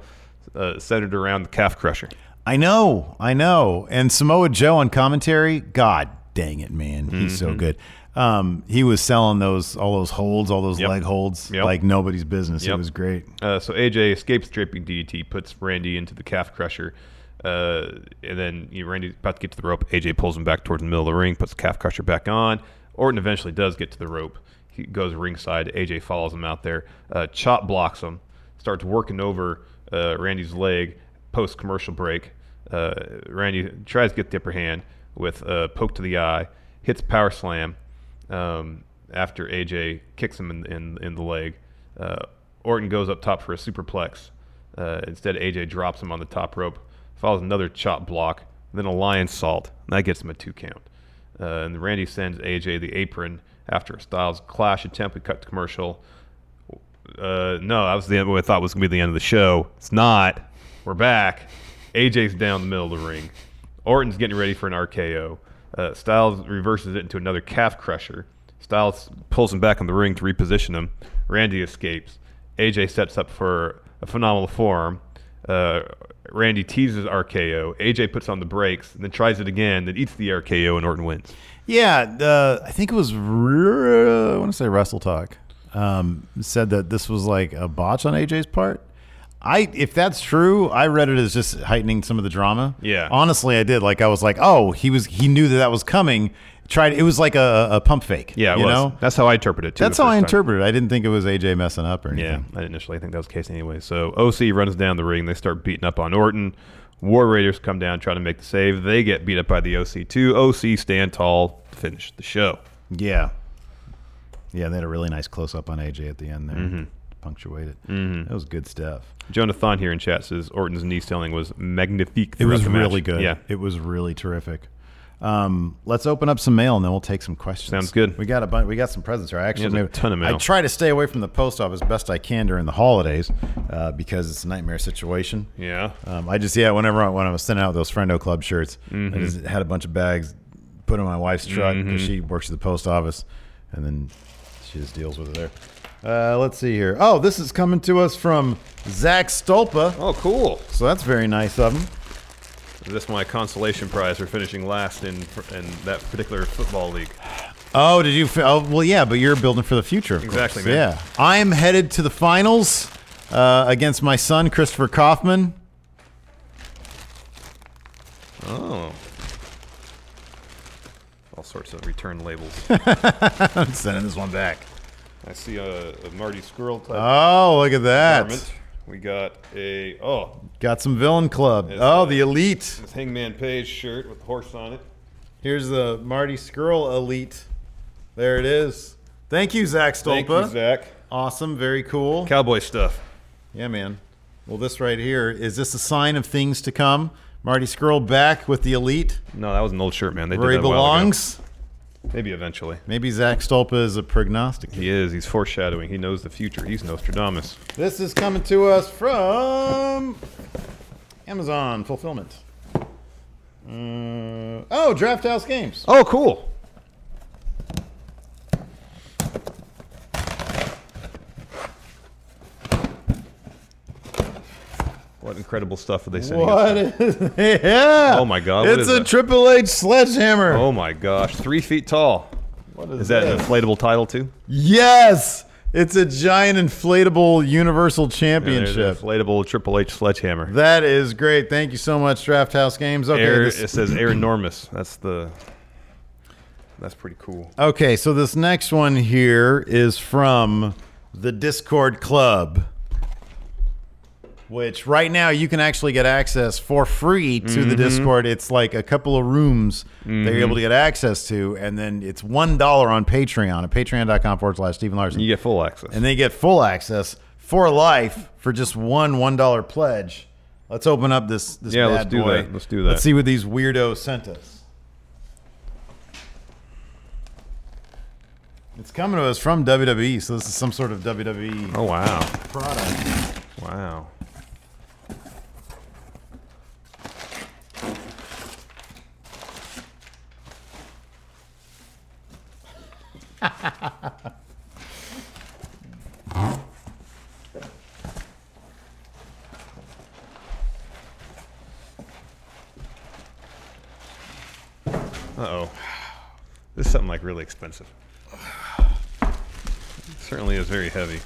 uh, centered around the calf crusher. I know, I know. And Samoa Joe on commentary, God dang it, man, he's Mm-hmm. so good. Um, he was selling those all those holds, all those Yep. leg holds Yep. like nobody's business. It Yep. was great. Uh, so AJ escapes draping DDT, puts Randy into the calf crusher, uh, and then you know, Randy's about to get to the rope. AJ pulls him back towards the middle of the ring, puts the calf crusher back on. Orton eventually does get to the rope. He goes ringside. AJ follows him out there, uh, chop blocks him, starts working over uh, Randy's leg. Post commercial break, uh, Randy tries to get the upper hand with a poke to the eye, hits power slam. Um, after AJ kicks him in, in, in the leg, uh, Orton goes up top for a superplex. Uh, instead, AJ drops him on the top rope, follows another chop block, then a lion salt, and that gets him a two count. Uh, and Randy sends AJ the apron after a Styles clash attempt. We cut to commercial. Uh, no, that was the end. What I thought was gonna be the end of the show. It's not. We're back. AJ's down the middle of the ring. Orton's getting ready for an RKO. Uh, Styles reverses it into another calf crusher. Styles pulls him back in the ring to reposition him. Randy escapes. AJ sets up for a phenomenal forearm. Uh, Randy teases RKO. AJ puts on the brakes, then tries it again, then eats the RKO, and Orton wins. Yeah, uh, I think it was Ru- I want to say Wrestle Talk um, said that this was like a botch on AJ's part. I if that's true, I read it as just heightening some of the drama. Yeah. honestly, I did. Like I was like, oh, he was he knew that that was coming. Tried it was like a, a pump fake. Yeah, it you was. know That's how I interpret it, too. That's the how I first time. interpret it. I didn't think it was AJ messing up or Yeah, anything. I didn't initially think that was the case anyway. So OC runs down the ring. They start beating up on Orton. War Raiders come down, try to make the save. They get beat up by the OC too. OC stand tall, finish the show. Yeah. Yeah. they had a really nice close up on AJ at the end there. Mm-hmm. Punctuated. That was good stuff. Jonathan here in chat says Orton's knee selling was magnifique. It throughout was the match. really good. Yeah. It was really terrific. Um, let's open up some mail and then we'll take some questions. Sounds good. We got a bunch. We got some presents here. I actually there's a maybe- ton of mail. I try to stay away from the post office best I can during the holidays uh, because it's a nightmare situation. Yeah. Um, I just yeah, whenever I, when I was sending out those Friendo Club shirts, Mm-hmm. I just had a bunch of bags, put them in my wife's truck because she works at the post office, and then she just deals with it there. Uh, let's see here. Oh, this is coming to us from Zach Stolpa, Oh, cool. so that's very nice of him. This is my consolation prize for finishing last in in that particular football league. Oh, did you? Fi- oh, well, yeah, but you're building for the future, of Exactly, course. man. Yeah, I'm headed to the finals uh, against my son Christopher Kaufman. Oh. All sorts of return labels. I'm sending this one back. I see a, a Marty Squirrel type Oh, look at that! garment. We got a oh Got some villain club. Oh, the elite. This Hangman Page shirt with the horse on it. Here's the Marty Skrull Elite. There it is. Thank you, Zach Stolpa. Thank you, Zach. Awesome. Very cool. Cowboy stuff. Yeah, man. Well, this right here is this a sign of things to come? Marty Skrull back with the elite No, that was an old shirt, man. They where he did that a while ago. belongs. Maybe eventually. Maybe Zach Stolpa is a prognostic. He is. He's foreshadowing. He knows the future. He's Nostradamus. This is coming to us from Amazon Fulfillment. Uh, oh, Draft House Games. Oh, cool. What incredible stuff are they sending? us? What is yeah? Oh my God, what It's is a that? Triple H sledgehammer. Oh my gosh, three feet tall. What Is that an this? inflatable title too? Yes, it's a giant inflatable Universal Yeah, there's an Championship. inflatable Triple H sledgehammer. that is great. Thank you so much, Draft House Games. Okay, Air, this- it says air enormous. That's the. That's pretty cool. okay. So this next one here is from the Discord Club, which right now you can actually get access for free to Mm-hmm. the Discord. It's like a couple of rooms that you're able to get access to, and then it's one dollar on Patreon at patreon.com forward slash Stephen Larson. You get full access. and they get full access for life for just one one dollar pledge. Let's open up this. this Yeah, bad let's do boy. that. Let's do that. Let's see what these weirdos sent us. It's coming to us from WWE, so this is some sort of WWE oh wow, product. wow. Uh oh. This is something like really expensive. certainly is very heavy.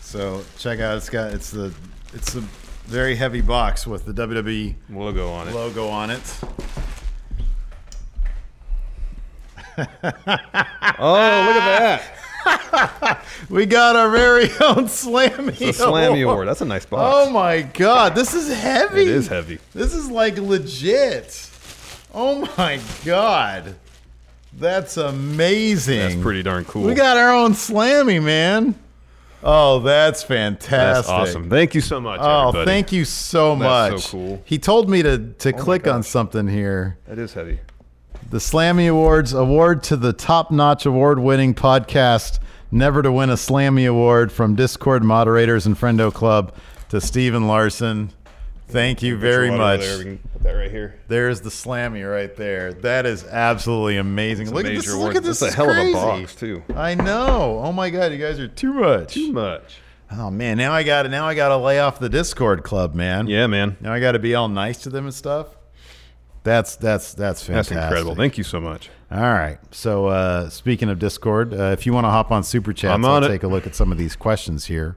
So check out it's got it's the it's a very heavy box with the E WWE Logo on it. logo on it. Oh, look at that. We got our very own Slammy. The Slammy Award. That's a nice box. Oh my god, this is heavy. It is heavy. This is like legit. Oh my god. That's amazing. That's pretty darn cool. We got our own slammy, man. Oh, that's That's fantastic. awesome. Thank you so much. Oh, everybody. thank you so That's so much. cool. He told me to, to click on gosh. something here. That is heavy. The Slammy Awards award to the top notch award winning podcast, never to win a Slammy Award from Discord moderators and Friendo Club to Steven Larson. Thank you very There's a lot over much. There. We can put that right here. There's the Slammy right there. That is absolutely amazing. It's a Look at, major this, award. look at this. That's is a hell of a crazy. box, too. I know. Oh my god, you guys are too much. Too much. Oh man, now I got to now I got to lay off the Discord club, man. Yeah, man. Now I got to be all nice to them and stuff. That's that's that's That's fantastic. incredible. Thank you so much. All right. So uh, speaking of Discord, uh, if you want to hop on Super Chats, I'm on I'll it. take a look at some of these questions here.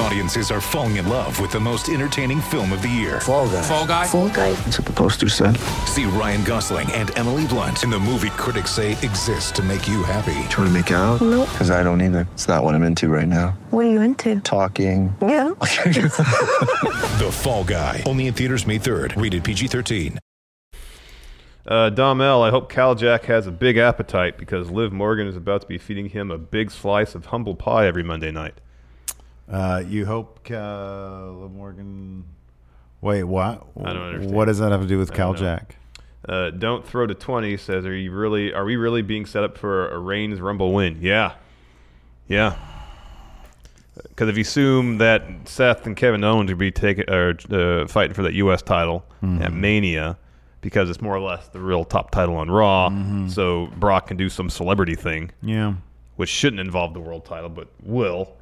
Audiences are falling in love with the most entertaining film of the year. Fall Guy. Fall Guy. Full guy. That's what the poster said. See Ryan Gosling and Emily Blunt in the movie critics say exists to make you happy. Trying to make it out? No. Because I don't either. It's not what I'm into right now. What are you into? Talking. Yeah. The Fall Guy. Only in theaters May 3rd. Rated PG-13. Uh, Dom L, I hope Cal Jack has a big appetite because Liv Morgan is about to be feeding him a big slice of humble pie every Monday night. Uh, you hope uh, Morgan. Wait, what? I don't understand. What does that have to do with don't know. Caljack? Uh, don't throw to twenty says, are you really? Are we really being set up for a Reigns Rumble win? Yeah, yeah. Because if you assume that Seth and Kevin Owens would be taking or uh, fighting for that U.S. title at Mania, because it's more or less the real top title on Raw, so Brock can do some celebrity thing Yeah. which shouldn't involve the world title but will.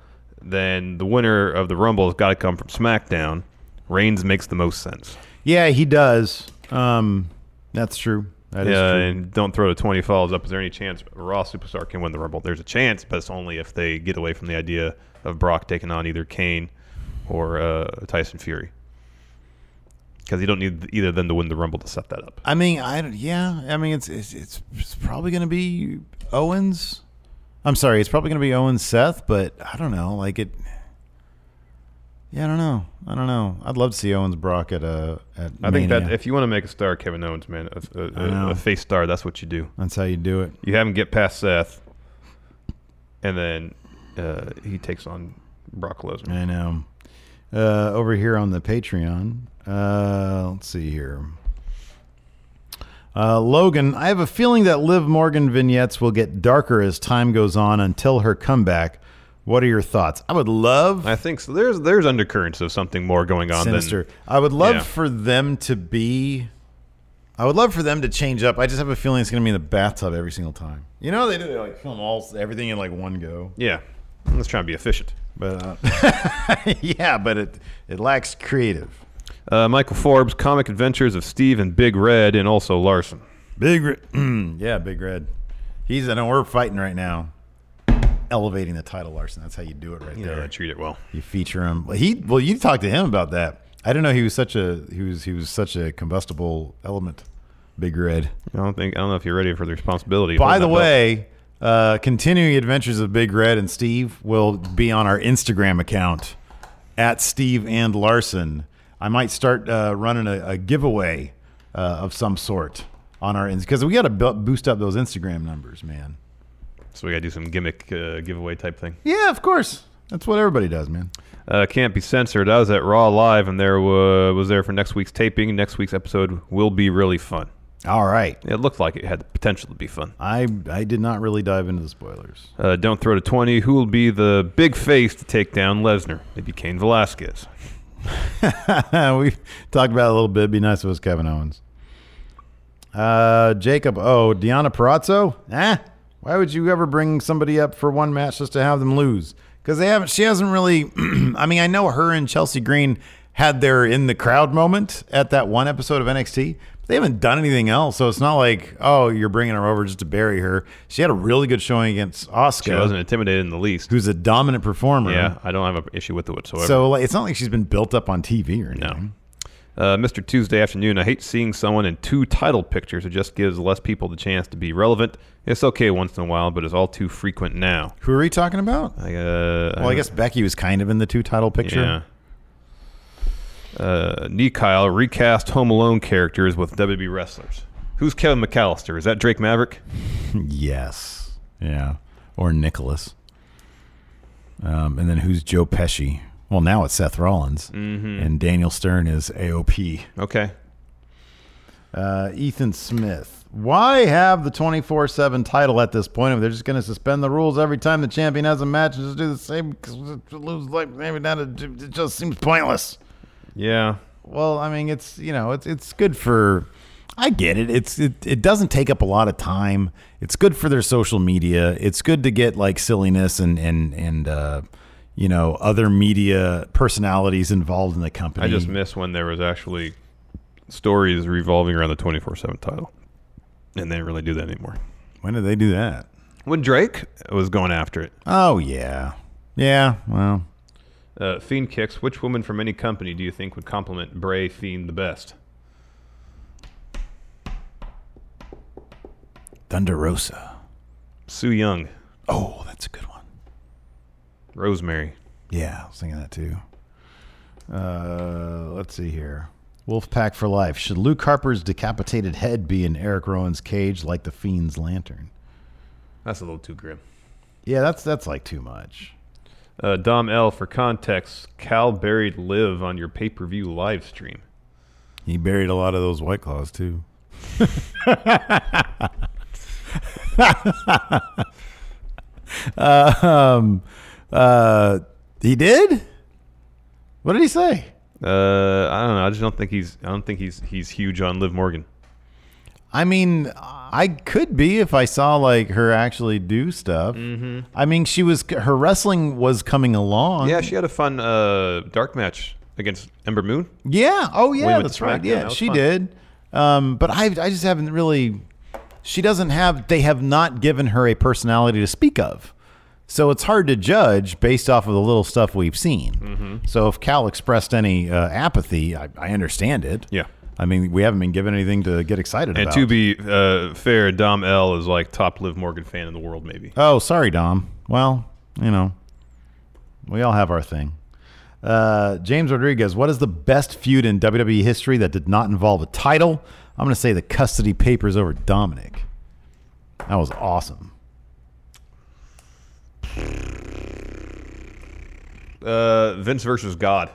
then the winner of the Rumble has got to come from SmackDown. Reigns makes the most sense. Yeah, he does. Um, that's true. That is yeah, true. and don't throw the 20 falls up. Is there any chance a Raw superstar can win the Rumble? There's a chance, but it's only if they get away from the idea of Brock taking on either Kane or uh, Tyson Fury. Because you don't need either of them to win the Rumble to set that up. I mean, I don't- yeah. I mean, it's it's it's, it's probably going to be Owens. I'm sorry, it's probably going to be Owens Seth, but I don't know. Like it. Yeah, I don't know. I don't know. I'd love to see Owens Brock at a at. I think that Mania. if you want to make a star, Kevin Owens, man, a, a- I know. a, a face star, that's what you do. that's how you do it. You have him get past Seth, and then uh, he takes on Brock Lesnar. I know. Uh, over here on the Patreon, uh, let's see here. Uh, Logan, I have a feeling that Liv Morgan vignettes will get darker as time goes on until her comeback. What are your thoughts? I would love I think so. There's there's undercurrents of something more going on sinister. than I would love Yeah. for them to be. I would love for them to change up. I just have a feeling it's going to be in the bathtub every single time. You know they do. They like film all everything in like one go. yeah. Let's try and be efficient. But uh, yeah, but it it lacks creative. Uh, Michael Forbes, Comic Adventures of Steve and Big Red, and also Larson. Big Red. yeah, Big Red. He's and we're fighting right now. Elevating the title, Larson. That's how you do it right Yeah, there. treat it well. You feature him. Well, He well, you talked to him about that. I didn't know he was such a he was he was such a combustible element. Big Red. I don't think I don't know if you're ready for the responsibility. of By the holding that belt. way, uh, continuing adventures of Big Red and Steve will be on our Instagram account at Steve and Larson. I might start uh, running a, a giveaway uh, of some sort on our because we got to bu- boost up those Instagram numbers, man. so we got to do some gimmick uh, giveaway type thing. Yeah, of course. That's what everybody does, man. Uh, can't be censored. I was at Raw Live, and there wa- was there for next week's taping. Next week's episode will be really fun. All right. It looked like it had the potential to be fun. I I did not really dive into the spoilers. Uh, don't throw to 20. Who will be the big face to take down Lesnar? Maybe Kane Velasquez. we talked about it a little bit. Be nice if it was Kevin Owens. Uh, Jacob O. Deanna Perazzo? Eh? Why would you ever bring somebody up for one match just to have them lose? Because they haven't. She hasn't really. I mean, I know her and Chelsea Green had their in the crowd moment at that one episode of NXT. But they haven't done anything else, so it's not like oh, you're bringing her over just to bury her. She had a really good showing against She Oscar, wasn't intimidated in the least. who's a dominant performer. Yeah, I don't have an issue with it whatsoever. So like, it's not like she's been built up on TV or anything. no. Uh, Mr. Tuesday afternoon, I hate seeing someone in two title pictures. It just gives less people the chance to be relevant. It's okay once in a while, but it's all too frequent now. Who are we talking about? I, uh, Well, I guess Becky was kind of in the two title picture. Yeah. Uh, Nee Kyle recast Home Alone characters with WWE wrestlers. Who's Kevin McAllister? Is that Drake Maverick? Yes. Yeah. Or Nicholas. Um, and then who's Joe Pesci? Well, now it's Seth Rollins. And Daniel Stern is AOP. Okay. Uh, Ethan Smith. Why have the 24 7 title at this point if they're just going to suspend the rules every time the champion has a match and just do the same? Because lose like maybe not. It just seems pointless. Yeah. Well, I mean, it's you know, it's it's good for. I get it. It's it, it doesn't take up a lot of time. It's good for their social media. It's good to get like silliness and and and uh, you know other media personalities involved in the company. I just miss when there was actually stories revolving around the 24/7 title. And they didn't really do that anymore. when did they do that? When Drake was going after it, Oh yeah, yeah. Well, uh, Fiend kicks. Which woman from any company do you think would compliment Bray Fiend the best? Thunder Rosa. Sue Young, Oh, that's a good one. Rosemary. Yeah, I was thinking that too. Uh, let's see here. Wolfpack for life. Should Luke Harper's decapitated head be in Eric Rowan's cage like the Fiend's lantern? That's a little too grim. Yeah, that's that's like too much. Uh, Dom L, for context, Cal buried Liv on your pay per view live stream. He buried a lot of those white claws too. um, uh, he did. What did he say? Uh, I don't know. I just don't think he's. I don't think he's. He's huge on Liv Morgan. I mean, I could be if I saw like her actually do stuff. Mhm. I mean, she was her wrestling was coming along. Yeah, she had a fun uh, dark match against Ember Moon. Yeah. Oh We yeah, went that's to right. SmackDown. Yeah, That was she fun. did. Um, but I I just haven't really she doesn't have they have not given her a personality to speak of. So it's hard to judge based off of the little stuff we've seen. Mhm. So if Cal expressed any uh, apathy, I, I understand it. Yeah. I mean, we haven't been given anything to get excited And about. to be uh, fair, Dom L is like top Liv Morgan fan in the world, maybe. Oh, sorry, Dom. Well, you know, we all have our thing. Uh, James Rodriguez, what is the best feud in WWE history that did not involve a title? I'm going to say the custody papers over Dominic. That was awesome. Uh, Vince versus God.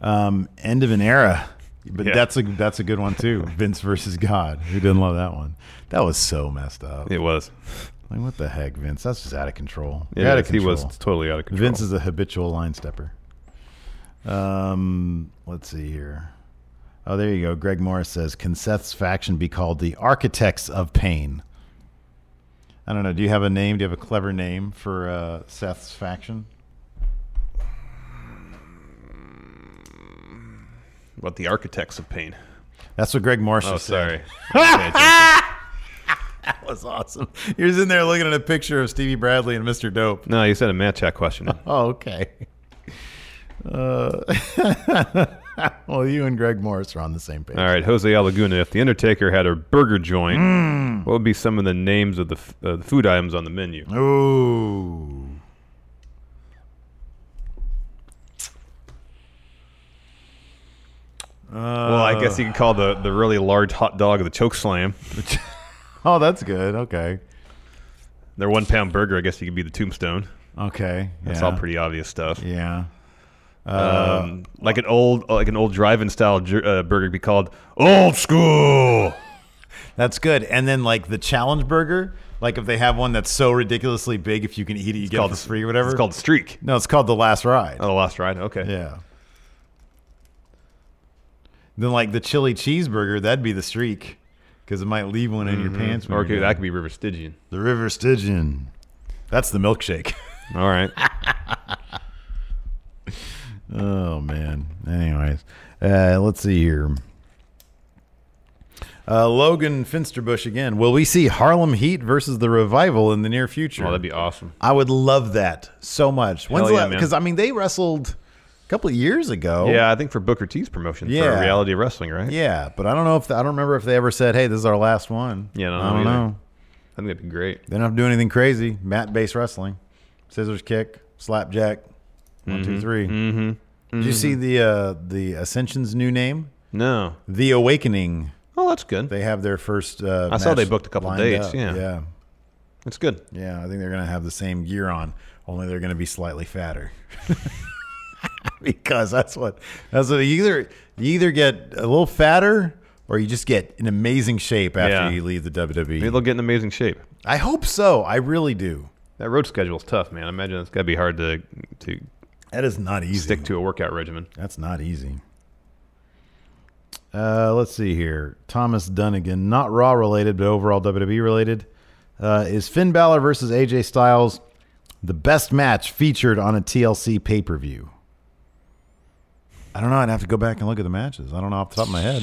Um, end of an era, but Yeah. that's a that's a good one too. Vince versus God. Who didn't love that one? That was so messed up. It was. Like what the heck, Vince? That's just out of control. It You're out of is. He was control. totally out of control. Vince is a habitual line stepper. Um, let's see here. Oh, there you go. Greg Morris says, "Can Seth's faction be called the Architects of Pain?" I don't know. Do you have a name? Do you have a clever name for uh, Seth's faction? What the architects of pain. That's what Greg Morris Oh, said. sorry. That was awesome. You're sitting there looking at a picture of Stevie Bradley and Mr. Dope. no, you said a match chat question. Oh, okay. Uh, well, you and Greg Morris are on the same page. All right, Jose Alaguna. If the Undertaker had a burger joint, Mm. what would be some of the names of the, f- uh, the food items on the menu? Ooh. well, I guess you could call the, the really large hot dog the choke slam. oh, that's good. Okay. Their one pound burger, I guess you could be the tombstone. Okay. That's yeah. all pretty obvious stuff. Yeah. Uh, Um, like an old like an old drive-in style jer- uh, burger be called old school. That's good. And then like the challenge burger, like if they have one that's so ridiculously big, if you can eat it, you get it called for the- free or whatever. It's called streak. no, it's called the last ride. Oh, the last ride. Okay. Yeah. Then like the chili cheeseburger, that'd be the streak because it might leave one in your Mhm. pants. when Or you're could, done. that could be River Stygian. the River Stygian. That's the milkshake. All right. Oh man. Anyways, uh, let's see here. Uh, Logan Finsterbush again. Will we see Harlem Heat versus the Revival in the near future? Oh, that'd be awesome. I would love that so much. Hell yeah, man. Because I mean, they wrestled a couple of years ago. Yeah, I think for Booker T's promotion Yeah. for reality wrestling, right? Yeah, but I don't know if I don't remember if they ever said, "Hey, this is our last one." Yeah, I don't I don't know either. know. I think that'd be great. They don't have to do anything crazy. Mat based wrestling, scissors kick, slapjack, one, two, Mhm. three. Mhm. Did you Mhm. see the uh, the Ascension's new name? No. The Awakening. Oh, that's good. They have their first. Uh, I saw match they booked a couple lined dates, up. yeah. yeah, That's good. yeah. I think they're gonna have the same gear on, only they're gonna be slightly fatter. because that's what that's what you either you either get a little fatter or you just get an amazing shape after Yeah. you leave the WWE. Maybe they'll get in amazing shape. I hope so. I really do. That road schedule's tough, man. I imagine it's got to be hard to to That is not easy. stick to a workout regimen. That's not easy. Uh, let's see here. Thomas Dunnigan, not Raw related, but overall WWE related. Uh, is Finn Balor versus AJ Styles the best match featured on a TLC pay per view? I don't know. I'd have to go back and look at the matches. I don't know off the top of my head.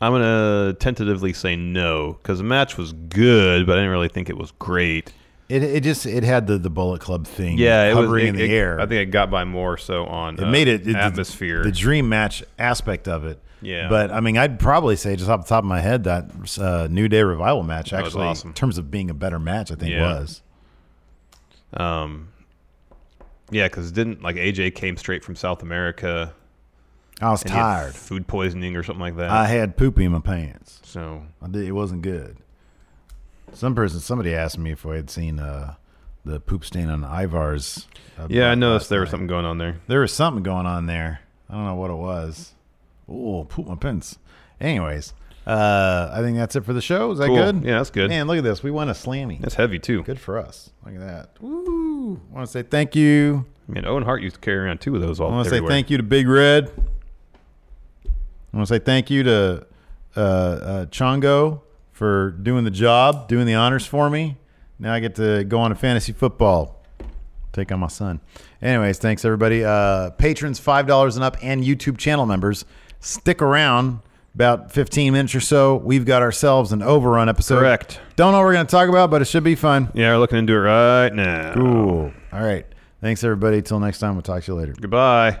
I'm gonna tentatively say no because the match was good, but I didn't really think it was great. It, it just it had the, the Bullet Club thing Yeah, it was hovering it- in the it- air. I think it got by more so on it uh, made it, it- the- atmosphere. the, dream match aspect of it. Yeah. but I mean, I'd probably say just off the top of my head that uh, New Day revival match That was actually, awesome. in terms of being a better match, I think Yeah. was. um, yeah, because didn't like AJ came straight from South America. I was and he had tired. Food poisoning or something like that. I had poopy in my pants. so I did, it wasn't good. Some person, somebody asked me if I had seen uh, the poop stain on Ivar's. uh, yeah, I butt noticed last there was night. something going on there. There was something going on there. I don't know what it was. Oh, poop my pants. Anyways, uh, I think that's it for the show. Is that Cool. good? Yeah, that's good. Man, look at this. We won a slammy. That's heavy too. Good for us. Look at that. Woo! I want to say thank you. I mean, Owen Hart used to carry around two of those all. I want to say everywhere. thank you to Big Red. I want to say thank you to uh, uh, Chongo for doing the job, doing the honors for me. Now I get to go on to fantasy football. Take on my son. Anyways, thanks everybody. Uh, patrons five dollars and up, and YouTube channel members, stick around. About fifteen minutes or so, we've got ourselves an overrun episode. Correct. Don't know what we're going to talk about, but it should be fun. Yeah, we're looking into it right now. Cool. All right. Thanks everybody. Till next time, we'll talk to you later. Goodbye.